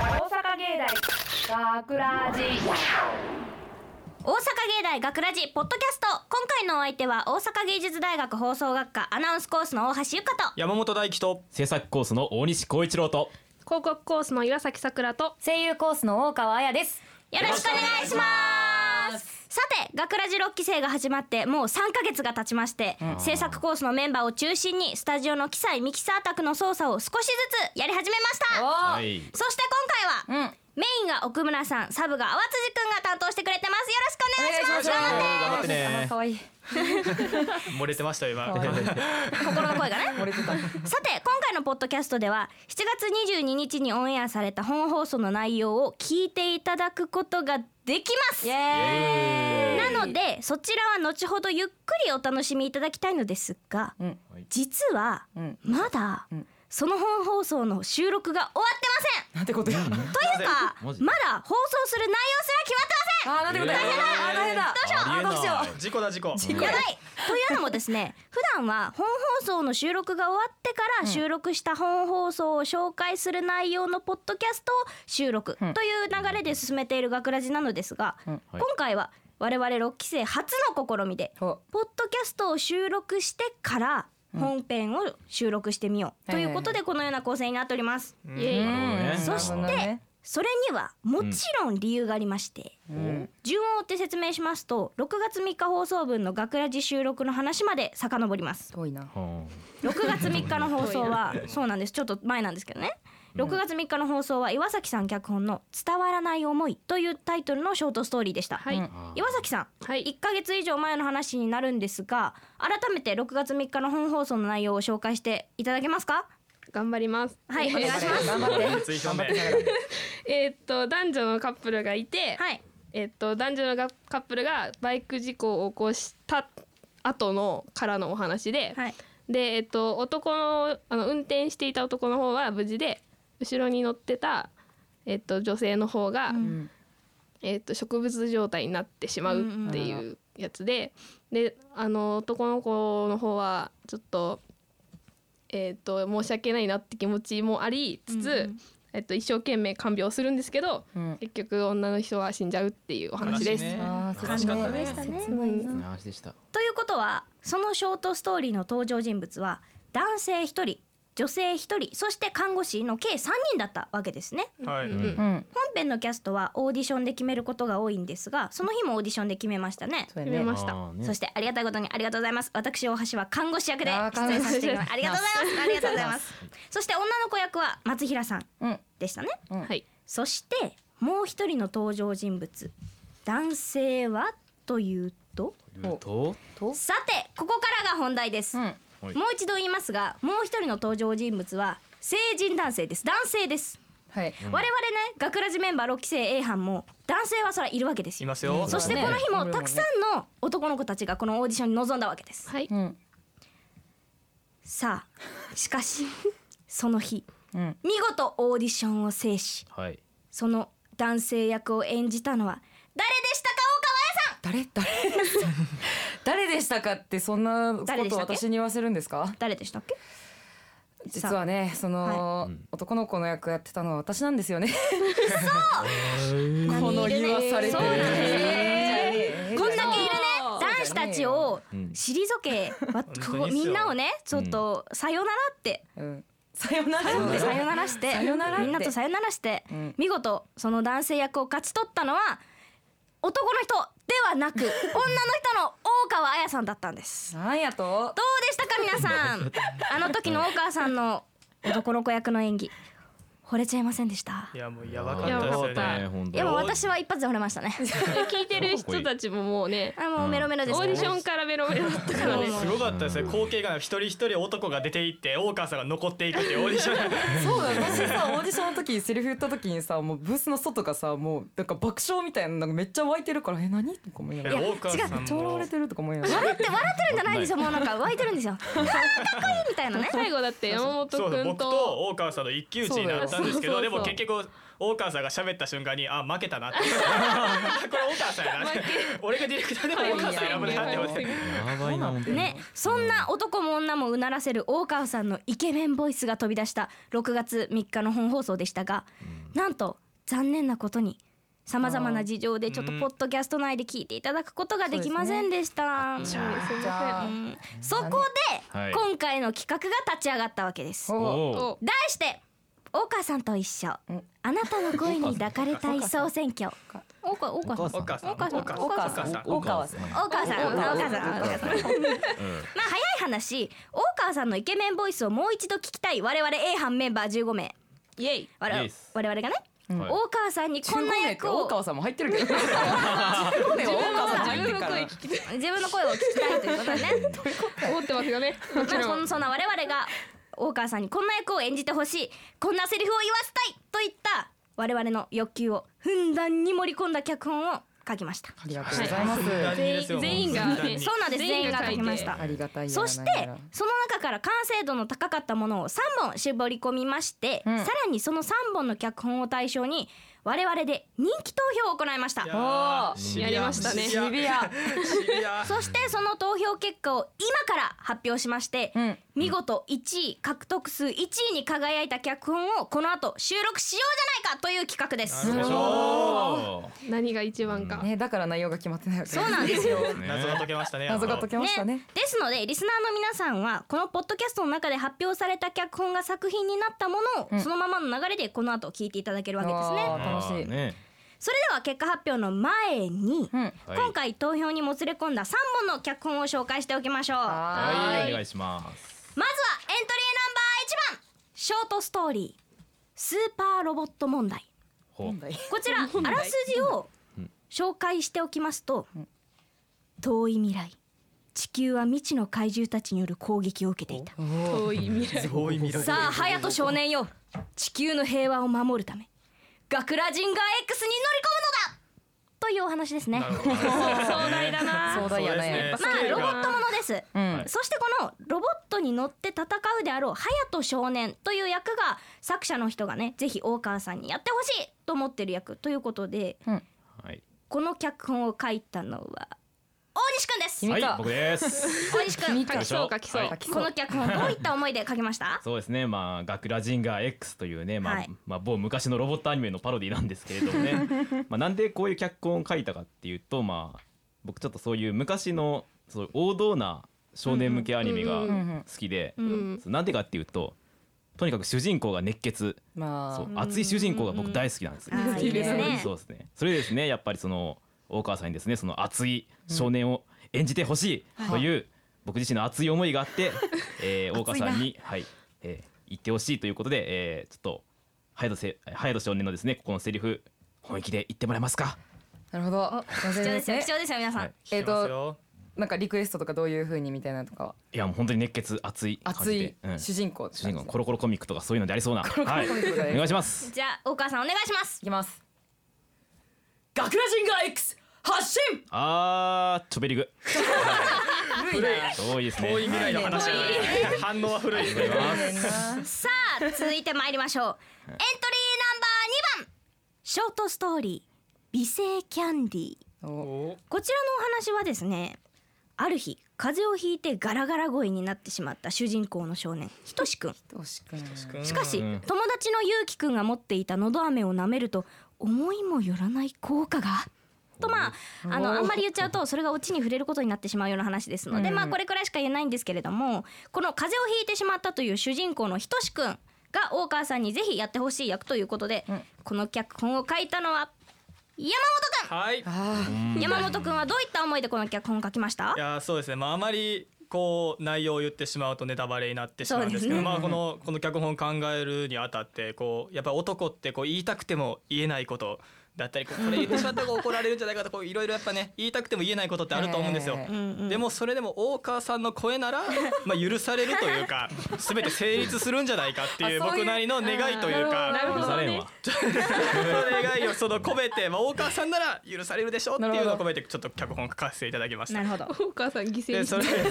芸大学ラジ大阪芸大学ラジポッドキャスト今回のお相手は大阪芸術大学放送学科アナウンスコースの大橋ゆかと山本大輝と制作コースの大西光一郎と広告コースの岩崎さくらと声優コースの大川彩ですよろしくお願いしますさて学ラジ6期生が始まってもう3ヶ月が経ちまして、制作コースのメンバーを中心にスタジオの機材ミキサー宅の操作を少しずつやり始めましたおいそして今回は、メインが奥村さんサブが淡辻くんが担当してくれてますよろしくお願いします頑張って頑張ってね可愛い漏れてましたよ 今心の声がねさて今回のポッドキャストでは7月22日にオンエアされた本放送の内容を聞いていただくことができますイエーイなのでそちらは後ほどゆっくりお楽しみいただきたいのですが、うん実はうんまだんその本放送の収録が終わってなんてことやませんというかマジまだ放送する内容すあーなら決まってませんんてことやえーあー大変だありえなあいーどうしよう事故だ事故やばいというのもですね普段は本放送の収録が終わってから収録した本放送を紹介する内容のポッドキャストを収録という流れで進めている学ラジなのですが、うんはい今回は我々6期生初の試みでほポッドキャストを収録してから本編を収録してみようということでこのような構成になっております。イエイなるほどそねしてなるほどねそれにはもちろん理由がありまして、うん順を追って説明しますと6月3日放送分の学ラジ収録の話まで遡ります遠いなは6月3日の放送はそうなんですちょっと前なんですけどね6月3日の放送は岩崎さん脚本の「伝わらない思い」というタイトルのショートストーリーでした、はい、うんあ岩崎さん、はい1ヶ月以上前の話になるんですが改めて6月3日の本放送の内容を紹介していただけますか頑張ります はいお願いします頑張ってツイート頑張名って頑張ってえーっと男女のカップルがいて、はいえーっと男女のがカップルがバイク事故を起こした後のからのお話で、はいでえーっと男のあの運転していた男の方は無事で後ろに乗ってたえーっと女性の方が、んえーっと植物状態になってしまうっていうやつで、であの男の子の方はちょっとえー、と申し訳ないなって気持ちもありつつ、えっと、一生懸命看病するんですけど、うん結局女の人は死んじゃうっていうお話です。ねあー悲しかったね切ないね切ないなー話でしたということはそのショートストーリーの登場人物は男性1人女性1人そして看護師の計3人だったわけですねはいうん本編のキャストはオーディションで決めることが多いんですがその日もオーディションで決めましたねそう決めやねました。あーねそしてありがたいことにありがとうございます私大橋は看護師役であー出演させていただきますありがとうございますありがとうございますそして女の子役は松平さんうんでしたねうんはい。そしてもう一人の登場人物男性はというとルートとさてここからが本題です、うんはいもう一度言いますがもう一人の登場人物は成人男性です男性です、はい我々ね学ラジメンバー6期生 A 班も男性はそらいるわけですいよますよそしてこの日そうだもねたくさんの男の子たちがこのオーディションに臨んだわけですはい。うんさあしかし その日うん見事オーディションを制しはいその男性役を演じたのは誰でしたか大川さん誰 誰誰でしたかってそんなこ誰でしとたっけ私に言わせるんですか誰でしたっけ実はねその、いうん男の子の役やってたのは私なんですよねここの言わされてそうなんですねこんだけいるね男子たちをうん退け、わこ本当こにっすみよんなをねちょっとさよならって、うんさよならでさよならしてさよならってみんなとさよならして、うん見事その男性役を勝ち取ったのは男の人では なく女の人の大川彩さんだったんですなんやとどうでしたか皆さんあの時の大川さんの男の子役の演技惚れちゃいませんでしたいやもうやばかったやですばよかったねね本当いやもう私は一発で惚れましたね聞いてる人たちももうね、あもうメロメロオでしたーねディションからメロメロだったからね。すごかったですね光景が一人一人男が出ていって大川さんが残っていくっていうオーディションそうだよ私さオーディションの時にセリフ言った時にさもうブースの外がさもうなんか爆笑みたいなのがめっちゃ湧いてるからえ何とか思いながいやら大川さんちょろもわれてるとか思いながら笑って笑ってるんじゃないんですよもうなんか湧いてるんですよあーかっこいいみたいなね最後だって山本そうそう君僕とと大川さんの一騎打ちになったんですけどそうだでよそうそうそもう結局大川さんが喋った瞬間にあ負けたなってこれ大川さんやな俺がディレクターでも大川さん選ぶなって思ってやばいな本当にね、そんな男も女もうならせる大川さんのイケメンボイスが飛び出した6月3日の本放送でしたが、なんと残念なことにさまざまな事情でちょっとうんポッドキャスト内で聞いていただくことができませんでした。すいませんじゃあうんそこはでい今回の企画が立ち上がったわけです。おーお題して大川さんと一緒うんあなたの声に抱かれたい総選挙大川大川さんお母さんお母さんお母大川さん大川さん大川さん大川さん大川さんうんまあ早い話大川さんのイケメンボイスをもう一度聞きたい我々 A 班メンバー15名イエイ我々 Yes 我々がねうんはい大川さんにここんんなな役大を川さんも入ってるけど15名は大川さん入ってるから自分の声聞きたい自分の声を聞きたいということでね思ってますよねまあそんそんな我々が大川さんにこんな役を演じてほしいこんなセリフを言わせたいといった我々の欲求をふんだんに盛り込んだ脚本を書きましたありがとうございますはい全員全員が全員ねそうなんです全員が書きましたありがたいやらそしてなんやらその中から完成度の高かったものを3本絞り込みまして、うんさらにその3本の脚本を対象に我々で人気投票を行いましたいやーおーシビアやりましたねシビアシビア シビアそしてその投票結果を今から発表しまして、うん見事1位獲得数1位に輝いた脚本をこの後収録しようじゃないかという企画ですなるほどお何が一番かねだから内容が決まってないわけそうなんですよーね謎が解けましたね謎が解けましたねですのでリスナーの皆さんはこのポッドキャストの中で発表された脚本が作品になったものを、うんそのままの流れでこの後聞いていただけるわけですあねー楽しいあーねそれでは結果発表の前に、うんはい今回投票にもつれ込んだ3本の脚本を紹介しておきましょうはははいいお願いしますまずはエントリーナンバー1番ショートストーリースーパーロボット問題ほうこちらあらすじを紹介しておきますと遠い未来地球は未知の怪獣たちによる攻撃を受けていた遠い 未来遠い未来さあ隼人少年よ地球の平和を守るため学ラジンガー X に乗り込むのだというお話ですねなるほど壮大だな壮大やそうですねねまあロボットものです、うんそしてこのロボットに乗って戦うであろう隼人少年という役が作者の人がねぜひ大川さんにやってほしいと思ってる役ということではいこの脚本を書いたのは大西くんです君はいか僕です大西くんか来そうか来そうはいこの脚本どういった思いで書きましたそうですねまあ「学ラジンガー X」というね、まあはいまあ、某昔のロボットアニメのパロディなんですけれどもねまあなんでこういう脚本を書いたかっていうとまあ僕ちょっとそういう昔のそう王道な少年向けアニメがうんう好んうんきでううんんそうなんでかっていうととにかく主人公が熱血まそうあ熱い主人公が僕大好きなんですよ。あーいいですねそうですね。それでですね、やっぱりその大川さんにですね、その熱い少年を演じてほしいという、僕自身の熱い思いがあって、えー、大川さんにはい、えー、言ってほしいということで、えー、ちょっと隼人せ隼人少年のですね、ここのセリフ本意気で言ってもらえますか。なるほど貴で重ですすよね貴重ですよ皆さん、はいえっ来てますとよなんかリクエストとかどういう風にみたいなのとかはいやもう本当に熱血熱い感熱じでい、うん、主主人公って感人じ公のコロコロコミックとかそういうのでありそうな、はい、コミックでお願いします。じゃあ大川さんお願いしますいきます学ラジンガー X 発信あー、チョベリグ、古いな多いですね。遠い未来の話じゃない反応は古いですねはいありがとうございますさあ続いて参りましょうエントリーナンバー2番ショートストーリー美声キャンディーおおこちらのお話はですねある日風邪をひいてガラガラ声になってしまった主人公の少年ひとしくんとしくんしかし、うん友達のゆうきくんが持っていたのど飴を舐めると思いもよらない効果がとまああのあんまり言っちゃうとそれがオチに触れることになってしまうような話ですので、うんまあこれくらいしか言えないんですけれどもこの風邪をひいてしまったという主人公のひとしくんが大川さんにぜひやってほしい役ということで、うんこの脚本を書いたのは山はいあー本山本くんはどういった思いでこの脚本を書きましたいやーそうですねまああまりこう内容を言ってしまうとネタバレになってしまうんですけそうでどすねまあこのこの脚本を考えるにあたってこうやっぱり男ってこう言いたくても言えないことだったりこうこれ言ってしまったらこう怒られるんじゃないかとこういろいろやっぱね言いたくても言えないことってあると思うんですよえ。うんうんでもそれでも大川さんの声ならまあ許されるというか全て成立するんじゃないかっていうあそういう僕なりの願いというかなるほ許どされんねわ。その願いをその込めてまあ大川さんなら許されるでしょっていうのを込めてちょっと脚本書かせていただきましたな。るほどお母さん犠牲でにそれして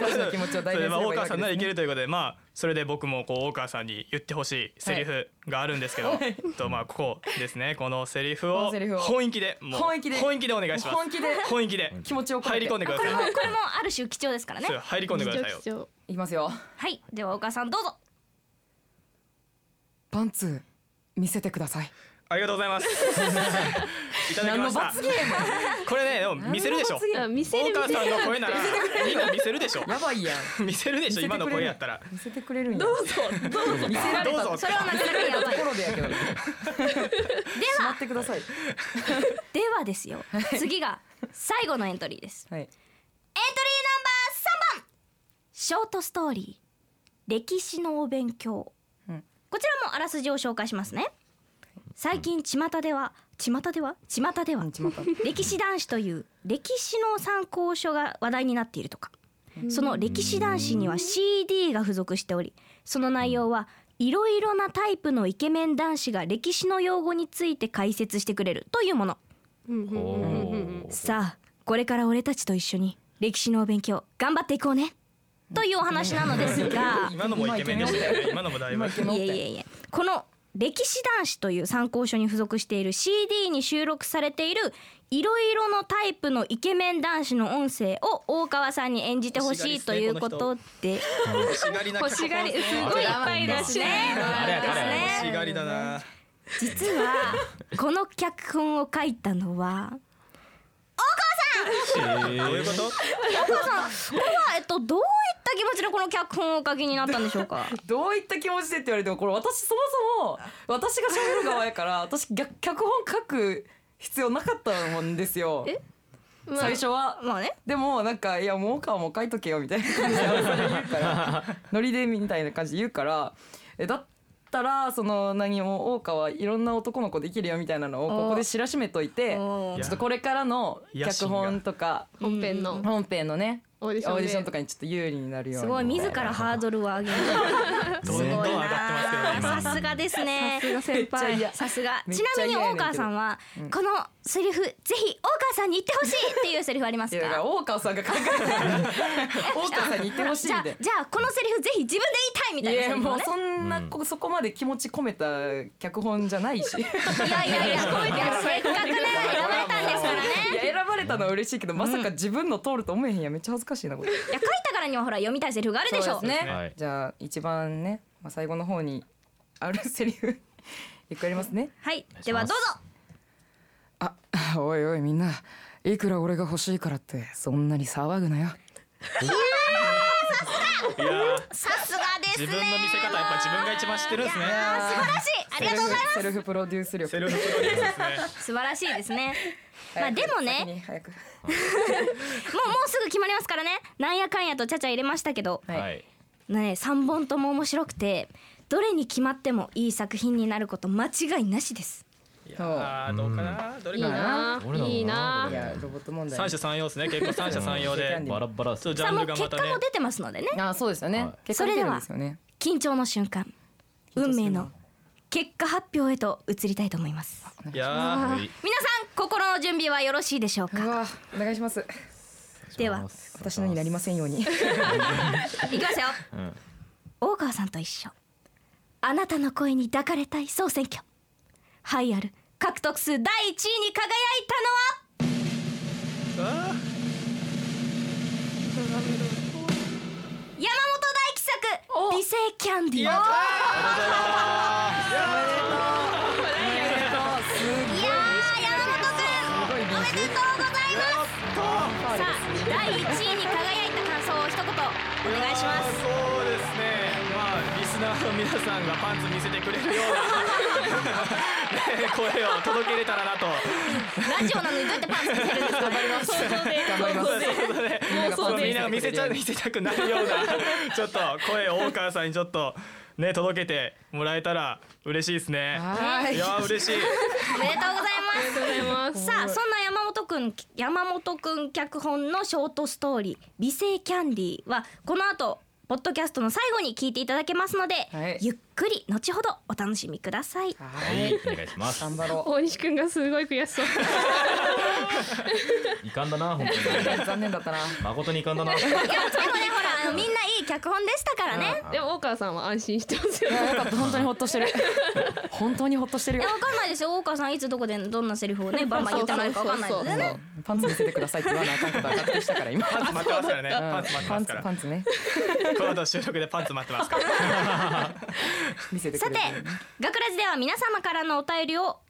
私の気持ちを代弁すればいいそれでまあ大わ川けさんですならいねけるということでまあそれで僕もこう大川さんに言ってほしいセリフがあるんですけど、とまあここですねこのセリフこをのセリフを本意気でもう本意気でお願いします本気で本意気で気持ちを込め入てり込んでくだこれもこさいれもある種貴重ですからねそう入り込んでくださいよ貴重貴重いきますよはいではお母さんどうぞパンツ見せてくださいありがとうございますいただき何まのした罰ゲームこれねでも見せるでしょ何の罰ゲームあ見せ大る見川せさんるの声ならみんな見せるでしょやばいやん 見せるでしょ今の声やったら見せてくれるんやどうぞどうぞ見せられどたうぞそれをなくなるやばいところでやけどではってくださいではですよ次が最後のエントリーですはいエントリーナンバー3番ショートストーリー歴史のお勉強、うんこちらもあらすじを紹介しますね最近巷では巷では巷ではうんちまた歴史男子という歴史の参考書が話題になっているとかその歴史男子には CD が付属しておりその内容はいろいろなタイプのイケメン男子が歴史の用語について解説してくれるというものうんうんおうんうんうんーさあこれから俺たちと一緒に歴史のお勉強頑張っていこうねというお話なのですが今のもイケメンでしたよね 今のもだい今ぶはいいけまいえいえいえこの「歴史男子」という参考書に付属している CD に収録されているいろいろのタイプのイケメン男子の音声を大川さんに演じてほしいということで欲しがりな欲しがりすねごいいっぱいだしねあれあれあれ欲しがりだな実はこの脚本を書いたのはどういうことこれはえっとどういった気持ちでこの脚本をお書きになったんでしょうかどういった気持ちでって言われてもこれ私そもそも私が喋る側やから私逆脚本書く必要なかったもんですよまあ最初はまあねでもなんか「いやもう川も書いとけよ」みたいな感じで安さんに言うからノリでみたいな感じで言うからえだったらその何も大川いろんな男の子できるよみたいなのをここで知らしめといてちおょーっとこれからの脚本とか本編の本編のねオーオディションーでディションとかにちょっと有利になるようすにごい自らハードルを上げる すどごんいどん上がっなてまあさすけどすねがですね先輩さすがめっちちゃなみ嫌にやねん大けど川さんはこのセリフぜひ大川さんに言ってほしいっていうセリフありまいすやだからか大川さんが考えた大川さんに言ってほしじいゃんあじゃであこのセリフぜひ自分で言いいたいみたいなセやリフもをうねそんなこそこまで気持ち込めた脚本じゃ ないしいいやいやいやいやせっかくね選ばれたんですから ねや選ばれたのは嬉しいけどまさか自分の通ると思えへんやんめっちゃ恥ずかしいなこれいや書いたからにはほら読みたいセリフがあるでしょそうですねはいじゃあ一番ね、まあ、最後の方にあるセリフ 一個やりますねはいではどうぞあ おいおいみんないくら俺が欲しいからってそんなに騒ぐなよいやーさすがですね自分の見せ方やっぱ自分が一番知ってるんですねいやー素晴らしいありがとうござい セルフプロデュース力セルフプロデュースですねます素晴らしいですねまあでもね先に早くもうもうすぐ決まりますからねなんやかんやとちゃちゃ入れましたけどはいはいね3本とも面白くてどれに決まってもいい作品になること間違いなしですいやーどうかなどれいいかなないい俺なはいやロボット問題三者三様ですね結構三者三様でバラバラそうジさャあンもルうが結また果ねも出てますのでねあそうですよね、はい結果出てるんですよね緊張の瞬間運命の結果発表へと移りたいと思いますいやい皆さん心の準備はよろしいでしょううかわお願いしますでは私のになりませんようにいきますようん大川さんと一緒あなたの声に抱かれたい総選挙栄えある獲得数第1位に輝いたのはー山あ本大輝作美声キャンディーやったいやー山本くんおめでとうございますさあ第1位に輝いた感想を一言お願いしまいやーすそうですねまあリスナーの皆さんがパンツ見せてくれるような ね声を届けれたらなとラジオなのにどうやってパンツ見せるんですかね 頑張ります妄想みんでなが見せちゃ見せたくなるような ちょっと声を大川さんにちょっとね届けてもらえたら嬉しいですねはいいやー嬉しい おめでとうございまありがとうございます すさあそんな山本くん山本くん脚本のショートストーリー「美声キャンディー」はこの後ポッドキャストの最後に聞いていただけますので、はいゆっくり後ほどお楽しみくださいはいお願いします頑張ろ大西くんがすごい悔し そう遺憾だな本当にう残念だったな誠に遺憾だないやでもねほらあのみんないい脚本でしたからね、でも大川さんは安心してますよいやよかった本当にほっとしてる本当にほっとしてるいよや、わかんないですよ。大川さん、いつどこでどんなセリフをね、バンバン言ってもらえるかわかんないのでね。パンツ見せてくださいって言わなあかんことは確定したから今パンツ待ってますからねうんパンツ待ってますかパらンツねこの後収録でパンツ待ってますから見せてくされ てる、学ラジでは皆様からのお便りを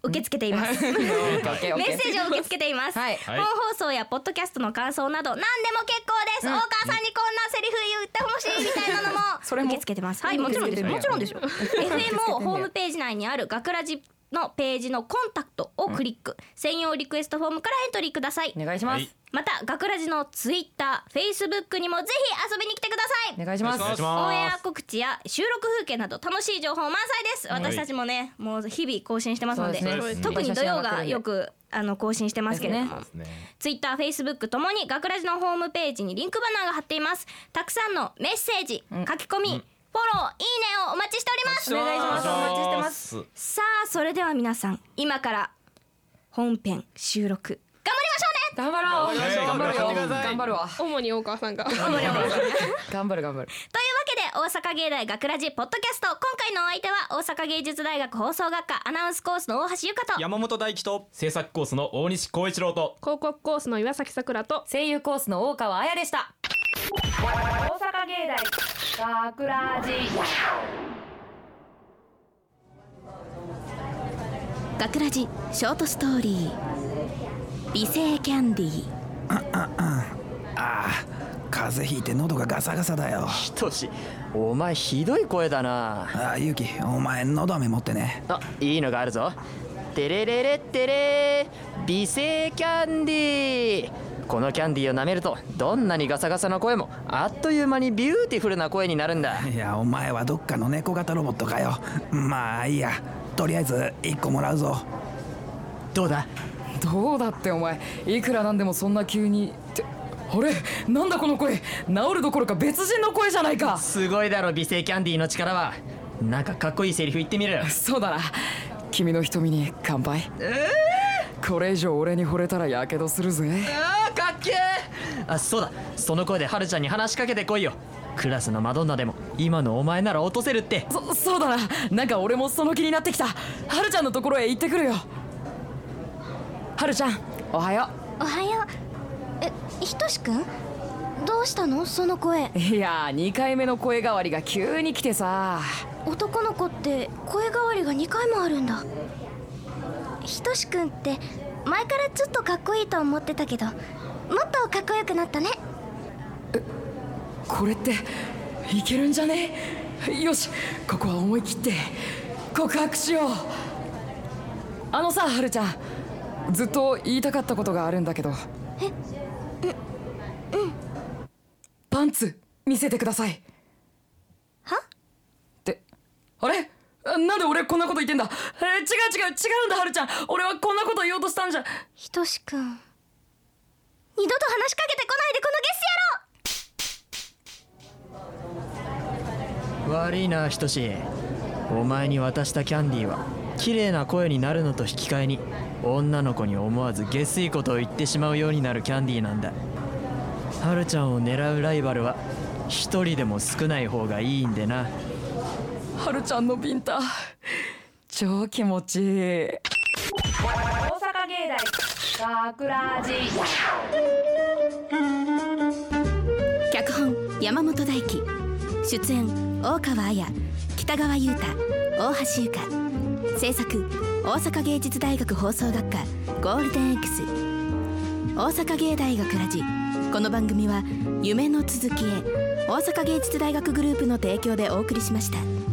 受け付けています。メオッケーオッケーオッケーッセージを受け付けています。はいはい本放送やポッドキャストの感想など何でも結構です。大川さんにこんなセリフ言ってほしいみたいなのも それも受け付けてます。はい、受もけちろん付けでてす。んねやもちろんですよ。FM をホームページ内にある学ラジのページのコンタクトをクリック、専用リクエストフォームからエントリーください。お願いします、はいまた学ラジのツイッター、フェイスブックにもぜひ遊びに来てください。お願いしますお願いしオンエまア告知や収録風景など楽しい情報満載いです私たちもねもう日々更新してますのでそうですね特に土曜がよくあの更新してますけれどもすですね。ツイッター、フェイスブックともに学ラジのホームページにリンクバナーが貼っていますたくさんのメッセージ、書き込み、フォロー、いいねをお待ちしておりますお願いしますお待ちしてますす。さあそれでは皆さん今から本編収録頑頑張ろう張ろう頑張るよ頑張ってください頑張るわ主に大川さんが頑張る頑張るというわけで大阪芸大学ラジポッドキャスト今回のお相手は大阪芸術大学放送学科アナウンスコースの大橋ゆかと山本大輝と制作コースの大西光一郎と広告コースの岩崎さくらと声優コースの大川彩でした大阪芸大学ラジ学ラジショートストーリー美声キャンディー風邪ひいて喉がガサガサだよひとしお前ひどい声だなああゆきお前喉飴持ってねあいいのがあるぞテレレレテレ美声キャンディーこのキャンディーを舐めるとどんなにガサガサな声もあっという間にビューティフルな声になるんだいやお前はどっかの猫型ロボットかよまあいいやとりあえず1個もらうぞどうだどうだってお前いくらなんでもそんな急にってあれなんだこの声治るどころか別人の声じゃないかすごいだろ美声キャンディーの力はなんかかっこいいセリフ言ってみろよそうだな君の瞳に乾杯、これ以上俺に惚れたらやけどするぜあーかっけーあそうだその声ではるちゃんに話しかけてこいよクラスのマドンナでも今のお前なら落とせるってそそうだななんか俺もその気になってきたはるちゃんのところへ行ってくるよはるちゃんおはよおはようえひとしくんどうしたのその声ういやー2回目の声変わりが急に来てさ男の子って声変わりが2回もあるんだひとしくんって前からちょっとかっこいいと思ってたけどもっとかっこよくなったねこれっていけるんじゃねよしここは思い切って告白しようあのさはるちゃんずっと言いたかったことがあるんだけどえうんパンツ見せてくださいはってあれなんで俺こんなこと言ってんだえ違う違う違うんだはるちゃん俺はこんなこと言おうとしたんじゃひとしくん二度と話しかけてこないでこのゲス野郎悪いなひとしお前に渡したキャンディーは綺麗な声になるのと引き換えに女の子に思わず下水ことを言ってしまうようになるキャンディーなんだはるちゃんを狙うライバルは一人でも少ない方がいいんでなはるちゃんのビンタ超気持ちいい大阪芸大学ラジ脚本山本大輝出演大川彩北川優太大橋優香制作大阪芸術大学放送学科ゴールデン X 大阪芸大学ラジこの番組は夢の続きへ大阪芸術大学グループの提供でお送りしました。